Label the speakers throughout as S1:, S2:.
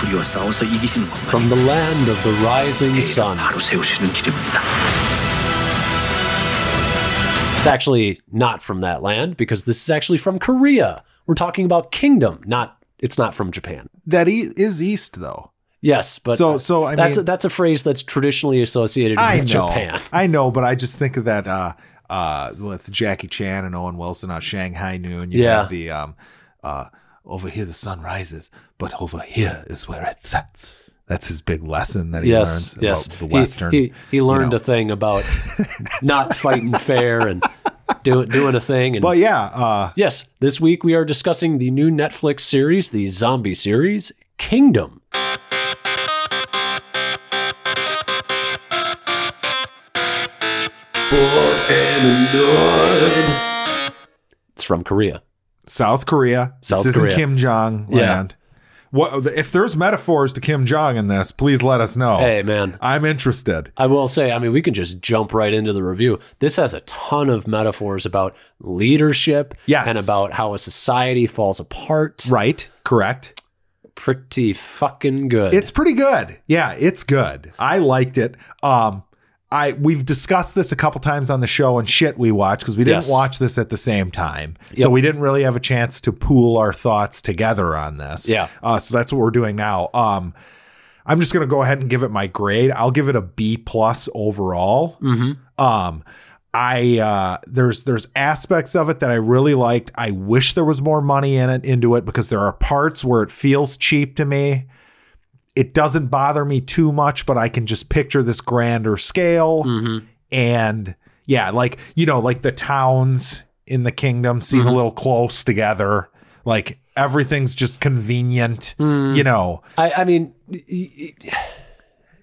S1: 그 유아싸워서 이기시는 겁니다.
S2: From the land of the rising
S1: 내일은
S2: sun.
S1: 바로 세우시는 길입니다.
S2: It's actually not from that land because this is actually from Korea. We're talking about Kingdom, not it's not from Japan.
S3: That e- is east though.
S2: Yes, but
S3: So- so, I
S2: that's
S3: mean-
S2: a, that's a phrase that's traditionally associated
S3: I know.
S2: with Japan.
S3: I know, but I just think of that uh uh with Jackie Chan and Owen Wilson on Shanghai Noon. You
S2: Yeah.
S3: have the um uh over here the sun rises, but over here is where it sets. That's his big lesson that he
S2: yes,
S3: learns
S2: yes.
S3: about the
S2: He-
S3: Western.
S2: He, he, learned a
S3: know.
S2: thing about not fighting fair and doing doing a thing. And
S3: but yeah, uh
S2: yes, this week we are discussing the new Netflix series, the zombie series Kingdom. It's from Korea.
S3: South Korea.
S2: South
S3: this isn't
S2: Korea.
S3: Kim Jong
S2: Yeah.
S3: land. What if there's metaphors to Kim Jong in this, please let us know.
S2: Hey man,
S3: I'm interested.
S2: I will say, I mean, we can just jump right into the review. This has a ton of metaphors about leadership
S3: Yes.
S2: and about how a society falls apart.
S3: Right? Correct.
S2: Pretty fucking good.
S3: It's pretty good. Yeah, it's good. I liked it. Um I we've discussed this a couple times on the show and shit we watched because we didn't
S2: Yes.
S3: watch this at the same time. So we didn't really have a chance to pool our thoughts together on this.
S2: Yeah.
S3: Uh, so that's what we're doing now. Um I'm just gonna go ahead and give it my grade. I'll give it a B plus overall. Um I uh there's there's aspects of it that I really liked. I wish there was more money in it into it because there are parts where it feels cheap to me it doesn't bother me too much, but I can just picture this grander scale. And yeah, like, you know, like the towns in the kingdom seem
S2: Mm-hmm.
S3: a little close together. Like everything's just convenient,
S2: Mm.
S3: you know.
S2: I, I mean, y- y-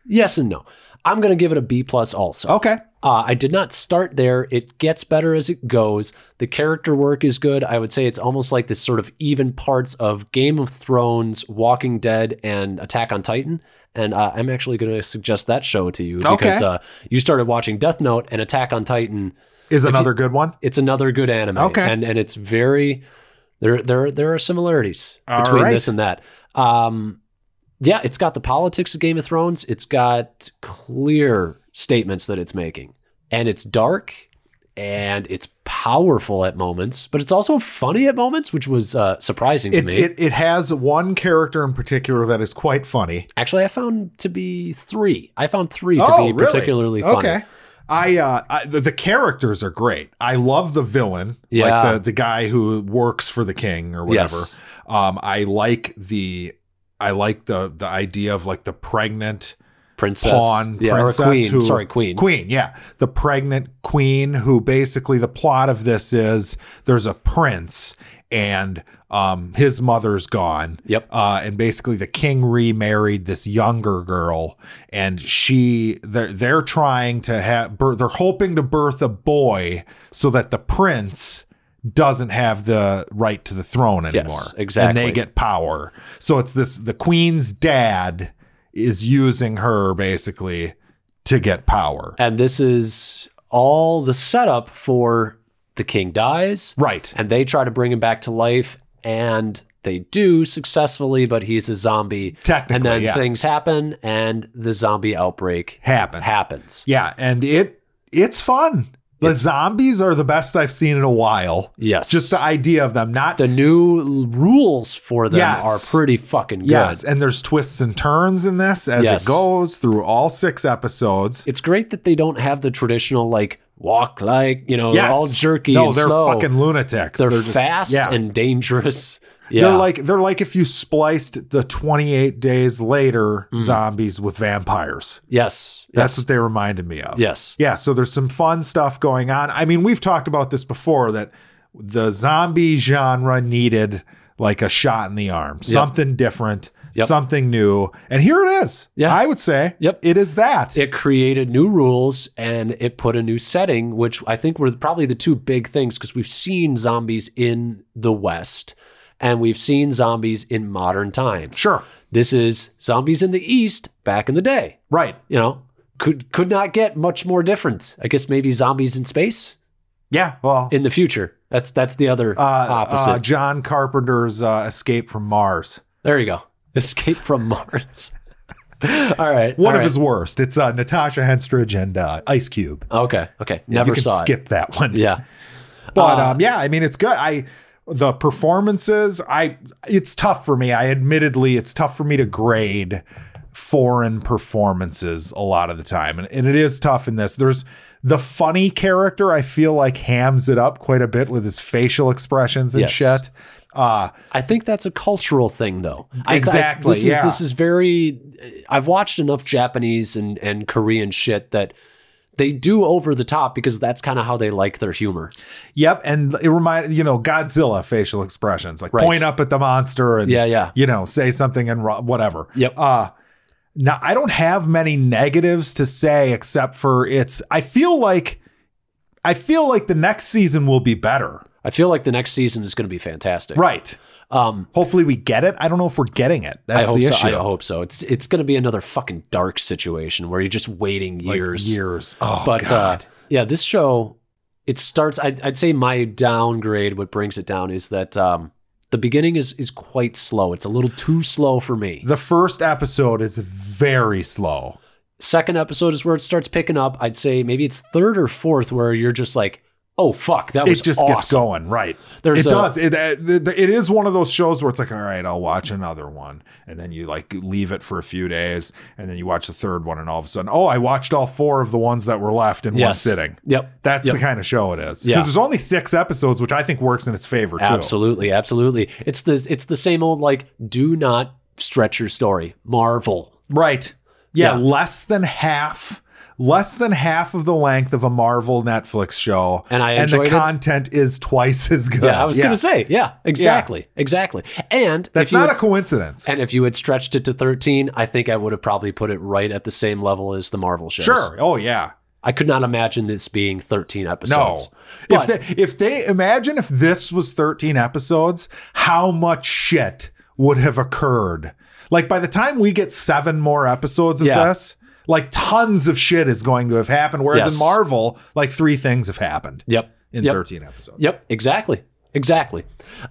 S2: yes and no. I'm going to give it a B plus also.
S3: Okay.
S2: Uh, I did not start there. It gets better as it goes. The character work is good. I would say it's almost like this sort of even parts of Game of Thrones, Walking Dead, and Attack on Titan. And uh, I'm actually going to suggest that show to you because
S3: Okay.
S2: uh, you started watching Death Note and Attack on Titan.
S3: Is another good one.
S2: It's another good anime.
S3: Okay.
S2: And and it's very there there there are similarities
S3: All
S2: between
S3: right.
S2: this and that. Um yeah, it's got the politics of Game of Thrones. It's got clear statements that it's making. And it's dark and it's powerful at moments, but it's also funny at moments, which was uh, surprising to
S3: It,
S2: me.
S3: it it has one character in particular that is quite funny. Oh,
S2: Actually, I found to be three. I found three to be
S3: really?
S2: particularly funny.
S3: Okay. I, uh, I the, the characters are great. I love the villain,
S2: Yeah.
S3: like the the guy who works for the king or whatever.
S2: Yes.
S3: Um, I like the I like the the idea of like the pregnant
S2: Princess,
S3: pawn
S2: yeah,
S3: princess
S2: or queen.
S3: who
S2: Sorry, queen.
S3: queen yeah the pregnant queen who basically the plot of this is there's a prince and um his mother's gone
S2: Yep.
S3: uh and basically the king remarried this younger girl and she they're they're trying to have birth they're hoping to birth a boy so that the prince doesn't have the right to the throne anymore and
S2: exactly.
S3: they get power so it's this the queen's dad is using her basically to get power.
S2: And this is all the setup for the king dies.
S3: Right.
S2: And they try to bring him back to life and they do successfully, but he's a zombie.
S3: Technically,
S2: And then
S3: yeah.
S2: things happen and the zombie outbreak
S3: Happens.
S2: happens.
S3: Yeah, and it it's fun. The zombies are the best I've seen in a while.
S2: Yes.
S3: Just the idea of them, not
S2: The new l- rules for them
S3: Yes.
S2: are pretty fucking good.
S3: yes, and there's twists and turns in this as
S2: Yes.
S3: it goes through all six episodes.
S2: It's great that they don't have the traditional like walk like, you know,
S3: yes,
S2: all jerky
S3: No,
S2: and
S3: they're
S2: slow.
S3: fucking lunatics.
S2: they're,
S3: just-
S2: fast
S3: yeah.
S2: and dangerous. Yeah.
S3: They're like they're like if you spliced the 28 days later zombies with vampires.
S2: yes.
S3: That's
S2: Mm. yes.
S3: what they reminded me of.
S2: Yes.
S3: Yeah, so there's some fun stuff going on. I mean, we've talked about this before that the zombie genre needed like a shot in the arm, something different,
S2: Yep.
S3: something new. And here it is.
S2: Yeah.
S3: I would say
S2: Yep.
S3: it is that.
S2: it created new rules and it put a new setting, which I think were probably the two big things because we've seen zombies in the West and we've seen zombies in modern times.
S3: sure.
S2: This is zombies in the East back in the day.
S3: Right.
S2: You know, could could not get much more different. I guess maybe zombies in space
S3: Yeah. Well,
S2: in the future. That's that's the other
S3: uh,
S2: opposite.
S3: uh, John Carpenter's uh, Escape from Mars.
S2: there you go. Escape from Mars. all right.
S3: One
S2: all
S3: of
S2: right.
S3: his worst. It's uh, Natasha Henstridge and uh, Ice Cube.
S2: Okay. Okay. Never
S3: you can
S2: saw
S3: skip that one.
S2: it. Yeah.
S3: But
S2: Uh,
S3: um, yeah, I mean, it's good. I the performances, I it's tough for me. I admittedly, it's tough for me to grade foreign performances a lot of the time, and, and it is tough in this. There's the funny character. I feel like hams it up quite a bit with his facial expressions and
S2: Yes.
S3: shit. Uh,
S2: I think that's a cultural thing, though. I- I-
S3: Exactly,
S2: this
S3: yeah.
S2: is this is very. I've watched enough Japanese and and Korean shit that they do over the top because that's kind of how they like their humor.
S3: Yep, and it reminded you know Godzilla facial expressions like
S2: Right.
S3: point up at the monster and
S2: Yeah, yeah.
S3: you know say something and ru- whatever.
S2: Yep.
S3: Uh now I don't have many negatives to say except for it's I feel like I feel like the next season will be better.
S2: I feel like the next season is going to be fantastic.
S3: Right.
S2: Um,
S3: Hopefully we get it. I don't know if we're getting it. That's
S2: I hope
S3: the
S2: so.
S3: issue.
S2: I hope so. It's it's going to be another fucking dark situation where you're just waiting
S3: Like,
S2: years.
S3: years. Oh
S2: but uh,
S3: God.
S2: yeah, this show it starts. I'd, I'd say my downgrade, what brings it down, is that um, the beginning is is quite slow. It's a little too slow for me.
S3: the first episode is very slow.
S2: second episode is where it starts picking up. I'd say maybe it's third or fourth where you're just like, oh fuck, that was
S3: it just gets
S2: awesome.
S3: going right
S2: There's
S3: it
S2: a-
S3: does it, uh, th- th- it is one of those shows where it's like all right i'll watch another one and then you like leave it for a few days and then you watch the third one and all of a sudden oh i watched all four of the ones that were left in one
S2: Yes.
S3: sitting
S2: Yep.
S3: that's
S2: Yep.
S3: the kind of show it is because
S2: Yeah.
S3: there's only six episodes which i think works in its favor too
S2: Absolutely, absolutely. It's the it's the same old like, do not stretch your story. Marvel.
S3: right
S2: Yeah.
S3: yeah, less than half Less than half of the length of a Marvel Netflix show,
S2: And I
S3: and the
S2: enjoyed it.
S3: content is twice as good.
S2: Yeah, I was gonna say, yeah, exactly, exactly. And
S3: that's
S2: if you
S3: not
S2: had,
S3: a coincidence.
S2: and if you had stretched it to thirteen, I think I would have probably put it right at the same level as the Marvel shows.
S3: Sure. Oh yeah.
S2: I could not imagine this being thirteen
S3: No.
S2: episodes.
S3: If
S2: But-
S3: they, if they imagine if this was 13 episodes, how much shit would have occurred? Like by the time we get seven more episodes of
S2: Yeah.
S3: this, like tons of shit is going to have happened. Whereas
S2: Yes.
S3: in Marvel, like three things have happened
S2: Yep.
S3: in
S2: yep.
S3: 13 episodes.
S2: Yep. Exactly. Exactly.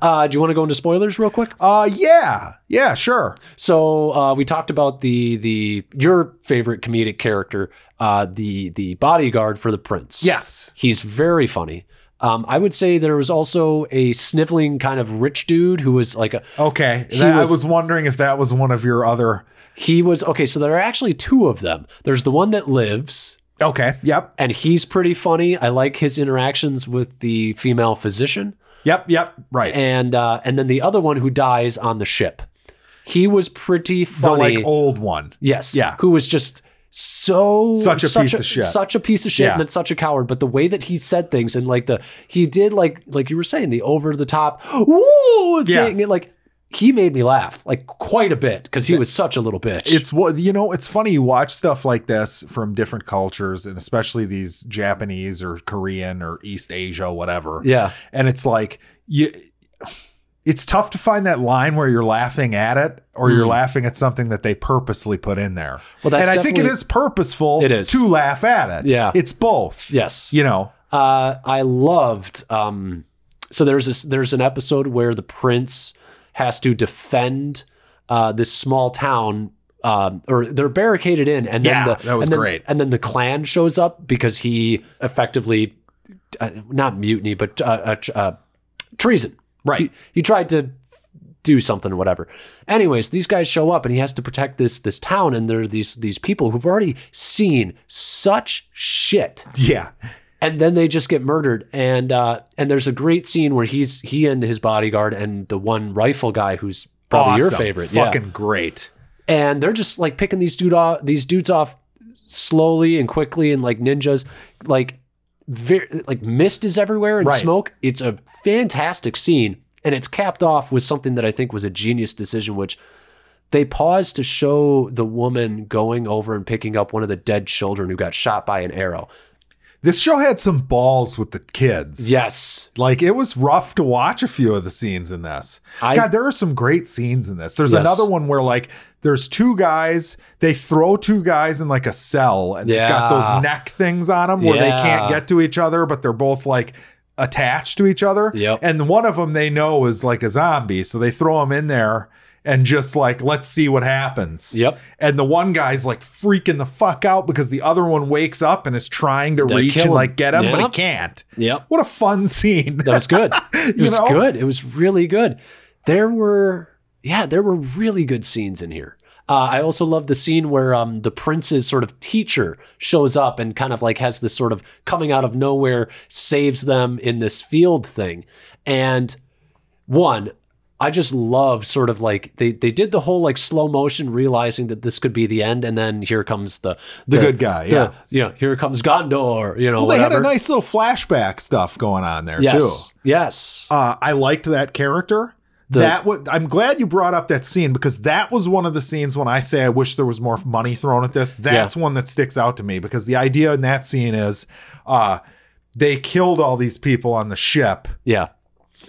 S2: Uh, do you want to go into spoilers real quick?
S3: Uh yeah. Yeah, sure.
S2: So uh, we talked about the the your favorite comedic character, uh, the the bodyguard for the prince.
S3: Yes.
S2: he's very funny. Um, I would say there was also a sniveling kind of rich dude who was like a
S3: Okay.
S2: He
S3: That-
S2: was-
S3: I was wondering if that was one of your other
S2: he was okay. So there are actually two of them. There's the one that lives,
S3: Okay. Yep.
S2: and he's pretty funny. I like his interactions with the female physician,
S3: Yep. Yep. Right.
S2: and uh, and then the other one who dies on the ship. He was pretty
S3: the
S2: funny.
S3: like old one.
S2: Yes.
S3: Yeah.
S2: Who was just so
S3: Such a piece of shit.
S2: such a piece of shit,
S3: Yeah.
S2: and then such a coward. But the way that he said things, and like the he did like like you were saying the over the top woo
S3: Yeah.
S2: thing, and like he made me laugh like quite a bit because he was such a little bitch.
S3: It's what you know. It's funny you watch stuff like this from different cultures, and especially these Japanese or Korean or East Asia, whatever.
S2: yeah,
S3: And it's like you. It's tough to find that line where you're laughing at it or you're
S2: Mm.
S3: laughing at something that they purposely put in there.
S2: Well, that's
S3: and I think it
S2: definitely-
S3: is purposeful
S2: It is.
S3: to laugh at it.
S2: Yeah.
S3: It's both.
S2: yes.
S3: You know,
S2: uh, I loved. Um, so there's this, there's an episode where the prince has to defend uh, this small town, um, or they're barricaded in, and then
S3: Yeah,
S2: the,
S3: that was
S2: and then-
S3: great.
S2: And then the clan shows up because he effectively, uh, not mutiny, but uh, uh, tr- uh, treason.
S3: Right.
S2: He, he tried to do something or whatever. Anyways, these guys show up and he has to protect this this town and there are these these people who've already seen such shit
S3: yeah.
S2: and then they just get murdered and uh and there's a great scene where he's he and his bodyguard and the one rifle guy who's probably your
S3: Awesome.
S2: favorite
S3: Fucking
S2: yeah
S3: great.
S2: and they're just like picking these dude off these dudes off slowly and quickly and like ninjas like very like mist is everywhere and
S3: Right.
S2: smoke it's a fantastic scene and it's capped off with something that i think was a genius decision which they paused to show the woman going over and picking up one of the dead children who got shot by an arrow
S3: This show had some balls with the kids.
S2: yes
S3: Like it was rough to watch a few of the scenes in this.
S2: I-
S3: God, there are some great scenes in this. There's
S2: Yes.
S3: another one where like there's two guys, they throw two guys in like a cell and they've got
S2: Yeah.
S3: those neck things on them where they can't
S2: Yeah.
S3: get to each other, but they're both like attached to each other.
S2: Yep.
S3: And one of them they know is like a zombie, so they throw him in there and just like let's see what happens.
S2: Yep.
S3: And the one guy's like freaking the fuck out because the other one wakes up and is trying to
S2: To
S3: reach
S2: kill
S3: and
S2: him.
S3: like get him, but he
S2: Yep.
S3: can't.
S2: Yep.
S3: What a fun scene.
S2: That was good. It
S3: You
S2: was
S3: know?
S2: good. It was really good. There were yeah, there were really good scenes in here. Uh, I also love the scene where um, the prince's sort of teacher shows up and kind of like has this sort of coming out of nowhere saves them in this field thing. And one, I just love sort of like they they did the whole like slow motion realizing that this could be the end, and then here comes the
S3: The good guy, yeah.
S2: you know here comes Gondor, you know
S3: Well, they
S2: whatever.
S3: had a nice little flashback stuff going on there
S2: yes,
S3: too.
S2: yes,
S3: Uh, I liked that character.
S2: The-
S3: that was, I'm glad you brought up that scene because that was one of the scenes when I say I wish there was more money thrown at this. That's one that sticks out to me because the idea in that scene is uh, they killed all these people on the ship
S2: yeah.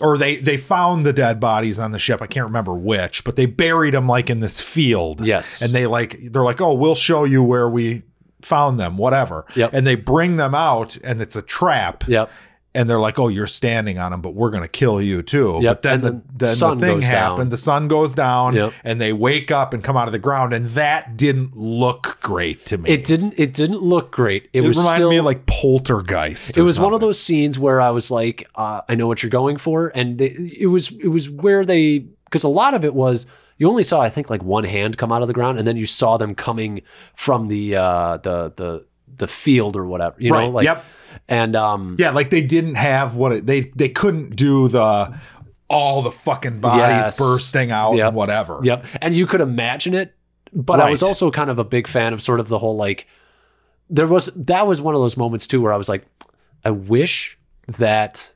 S3: or they they found the dead bodies on the ship. I can't remember which, but they buried them like in this field.
S2: Yes.
S3: and they like they're like, oh, we'll show you where we found them, whatever.
S2: Yep.
S3: And they bring them out, and it's a trap.
S2: Yep.
S3: And they're like, oh, you're standing on them, but we're gonna kill you too.
S2: Yep,
S3: But then
S2: and
S3: the,
S2: the
S3: then
S2: sun
S3: the thing
S2: goes
S3: happened.
S2: down.
S3: The sun goes down,
S2: Yep.
S3: and they wake up and come out of the ground, and that didn't look great to me.
S2: It didn't. It didn't look great. It,
S3: It
S2: was
S3: reminded
S2: still.
S3: me of like poltergeist.
S2: it
S3: or
S2: was one
S3: something.
S2: of those scenes where I was like, uh, I know what you're going for, and they, it was it was where they because a lot of it was you only saw I think like one hand come out of the ground, and then you saw them coming from the uh, the the the field or whatever you
S3: Right,
S2: know like
S3: yep.
S2: and um
S3: Yeah, like they didn't have what it, they they couldn't do the all the fucking bodies
S2: Yes.
S3: bursting out
S2: Yep.
S3: and whatever.
S2: Yep. And you could imagine it, but I was
S3: Right.
S2: also kind of a big fan of sort of the whole like there was that was one of those moments too where I was like, I wish that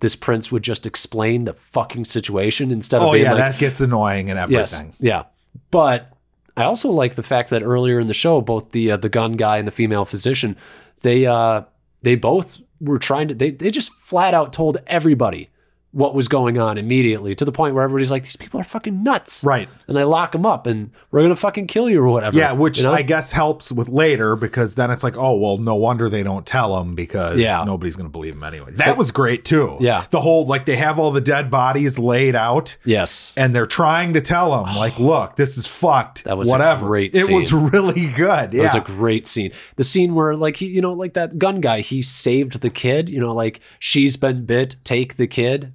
S2: this prince would just explain the fucking situation instead of
S3: Oh
S2: being
S3: yeah,
S2: like,
S3: that gets annoying and
S2: yes,
S3: everything.
S2: yeah. But I also like the fact that earlier in the show, both the uh, the gun guy and the female physician, they uh they both were trying to they they just flat out told everybody what was going on immediately to the point where everybody's like, these people are fucking nuts,
S3: Right.
S2: and they lock him up and we're gonna fucking kill you or whatever.
S3: Yeah, which
S2: you know?
S3: I guess helps with later because then it's like, oh well, no wonder they don't tell him because
S2: Yeah.
S3: nobody's gonna believe him anyway. That was great too.
S2: Yeah.
S3: the whole like they have all the dead bodies laid out
S2: yes,
S3: and they're trying to tell him like, look, this is fucked.
S2: That was a
S3: whatever.
S2: great
S3: it was
S2: scene.
S3: really good.
S2: It was
S3: Yeah,
S2: a oh, great scene. The scene where like he, you know, like that gun guy, he saved the kid. You know, like she's been bit, take the kid.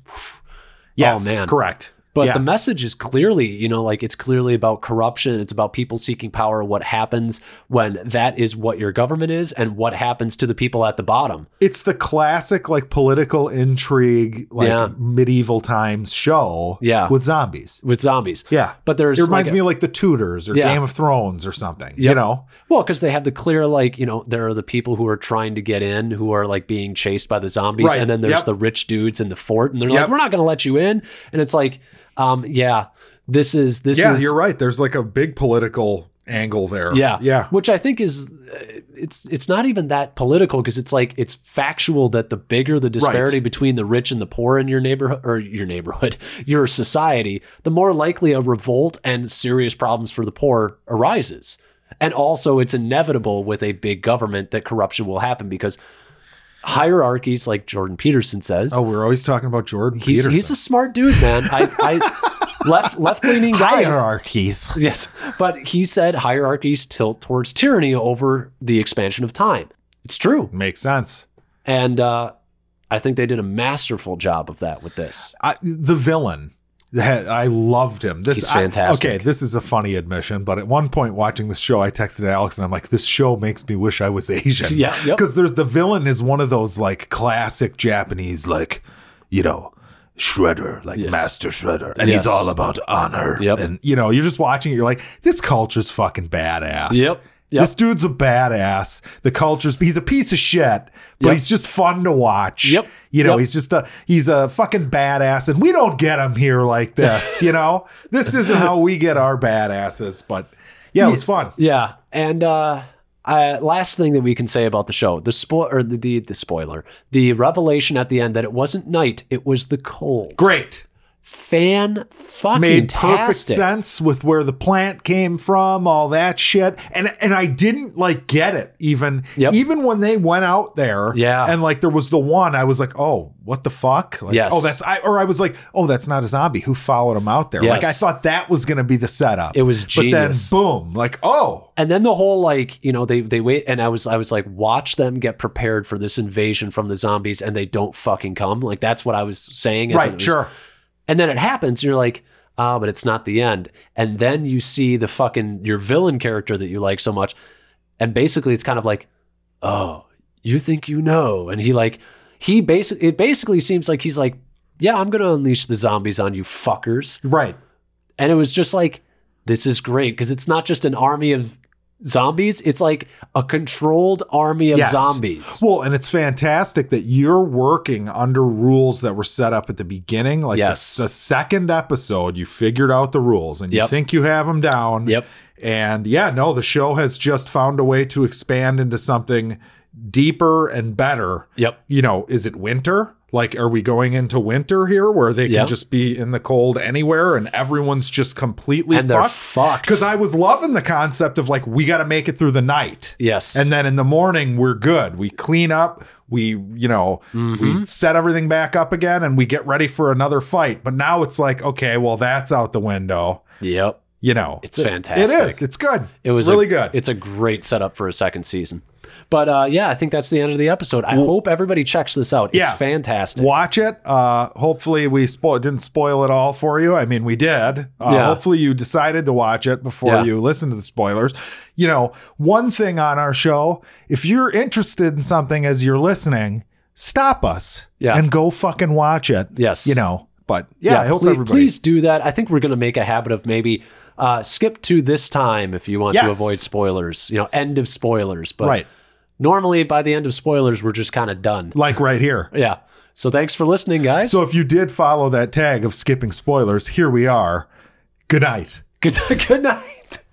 S3: yes,
S2: oh, man.
S3: correct.
S2: But
S3: Yeah.
S2: the message is clearly, you know, like it's clearly about corruption. It's about people seeking power, what happens when that is what your government is, and what happens to the people at the bottom.
S3: it's the classic like political intrigue like
S2: Yeah.
S3: medieval times show
S2: Yeah.
S3: with zombies
S2: with zombies.
S3: yeah
S2: But there's
S3: it reminds
S2: like,
S3: me of like the Tudors or
S2: Yeah.
S3: Game of Thrones or something you
S2: Yep.
S3: know
S2: well, because they have the clear, like, you know, there are the people who are trying to get in who are like being chased by the zombies.
S3: Right.
S2: And then there's
S3: Yep.
S2: the rich dudes in the fort, and they're
S3: Yep.
S2: like, we're not going to let you in. And it's like, um, yeah, this is, this
S3: yeah
S2: is,
S3: you're right there's like a big political angle there
S2: Yeah,
S3: yeah
S2: Which I think is uh, it's it's not even that political because it's like it's factual that the bigger the disparity between the rich and the poor in your neighborhood or your neighborhood, your society, the more likely a revolt and serious problems for the poor arises. And also, it's inevitable with a big government that corruption will happen because hierarchies, like Jordan Peterson says,
S3: oh we're always talking about Jordan
S2: he's
S3: Peterson
S2: he's a smart dude, man. I, I left left leaning guy.
S3: hierarchies
S2: Yes. But he said hierarchies tilt towards tyranny over the expansion of time. It's true.
S3: makes sense
S2: And uh, I think they did a masterful job of that with this.
S3: I, the villain. that- I loved him. This
S2: He's
S3: I-
S2: fantastic.
S3: okay, this is a funny admission, but at one point watching this show, I texted Alex and I'm like, "This show makes me wish I was Asian."
S2: Yeah, yep.
S3: because there's the villain is one of those like classic Japanese, like you know, shredder, like
S2: Yes.
S3: Master Shredder, and
S2: Yes.
S3: he's all about honor.
S2: Yep.
S3: and you know, you're just watching it, you're like, "This culture's fucking badass."
S2: Yep, yep.
S3: This dude's a badass. The culture's he's a piece of shit, but
S2: Yep.
S3: he's just fun to watch.
S2: Yep.
S3: You know,
S2: Yep.
S3: he's just a he's a fucking badass, and we don't get him here like this. You know, this isn't how we get our badasses. But yeah, it was fun.
S2: Yeah. And uh, I, last thing that we can say about the show the, spo- or the, the, the spoiler, the revelation at the end that it wasn't night, it was the cold.
S3: Great.
S2: fan fucking
S3: made perfect
S2: tastic.
S3: sense with where the plant came from, all that shit. And and I didn't like get it even
S2: Yep.
S3: even when they went out there.
S2: Yeah.
S3: And like there was the one I was like, oh, what the fuck? Like,
S2: Yes.
S3: oh that's I or I was like, oh, that's not a zombie. Who followed him out there? Like
S2: Yes.
S3: I thought that was gonna be the setup.
S2: It was genius.
S3: But then boom, like, oh.
S2: And then the whole like, you know, they they wait and I was I was like, watch them get prepared for this invasion from the zombies and they don't fucking come. Like that's what I was saying. as it
S3: Right,
S2: was-
S3: sure.
S2: And then it happens, and you're like, ah, but it's not the end. And then you see the fucking your villain character that you like so much, and basically it's kind of like, oh, you think you know? And he like, he basically it basically seems like he's like, yeah, I'm gonna unleash the zombies on you fuckers.
S3: Right.
S2: And it was just like, this is great because it's not just an army of zombies; it's like a controlled army of
S3: Yes.
S2: zombies.
S3: Well, and it's fantastic that you're working under rules that were set up at the beginning. Like the-
S2: Yes.
S3: the, second episode, you figured out the rules and you
S2: Yep.
S3: think you have them down.
S2: Yep.
S3: And yeah, no, the show has just found a way to expand into something deeper and better.
S2: Yep.
S3: You know, is it winter? Like, are we going into winter here where they
S2: Yep.
S3: can just be in the cold anywhere and everyone's just completely
S2: And they're fucked.
S3: Because I was loving the concept of like, we got to make it through the night.
S2: Yes.
S3: And then in the morning, we're good. We clean up, we, you know,
S2: Mm-hmm.
S3: we set everything back up again and we get ready for another fight. But now it's like, okay, well, that's out the window.
S2: yep.
S3: You know,
S2: It's
S3: It-
S2: fantastic.
S3: It is. It's good.
S2: It was
S3: it's really
S2: a-
S3: good.
S2: It's a great setup for a second season. But uh, yeah, I think that's the end of the episode. I hope everybody checks this out. It's
S3: Yeah.
S2: fantastic.
S3: Watch it. Uh, hopefully, we spo- didn't spoil it all for you. I mean, we did. Uh,
S2: Yeah.
S3: Hopefully, you decided to watch it before
S2: Yeah.
S3: you listen to the spoilers. You know, one thing on our show if you're interested in something as you're listening, stop us
S2: Yeah.
S3: and go fucking watch it.
S2: Yes.
S3: You know, but yeah, I hope
S2: please,
S3: everybody.
S2: please do that. I think we're going to make a habit of maybe uh, skip to this time if you want to
S3: Yes.
S2: avoid spoilers. You know, end of spoilers. But
S3: Right.
S2: normally by the end of spoilers, we're just kind of done.
S3: Like right here.
S2: Yeah. So thanks for listening, guys.
S3: So if you did follow that tag of skipping spoilers, here we are. Good night.
S2: good, good night.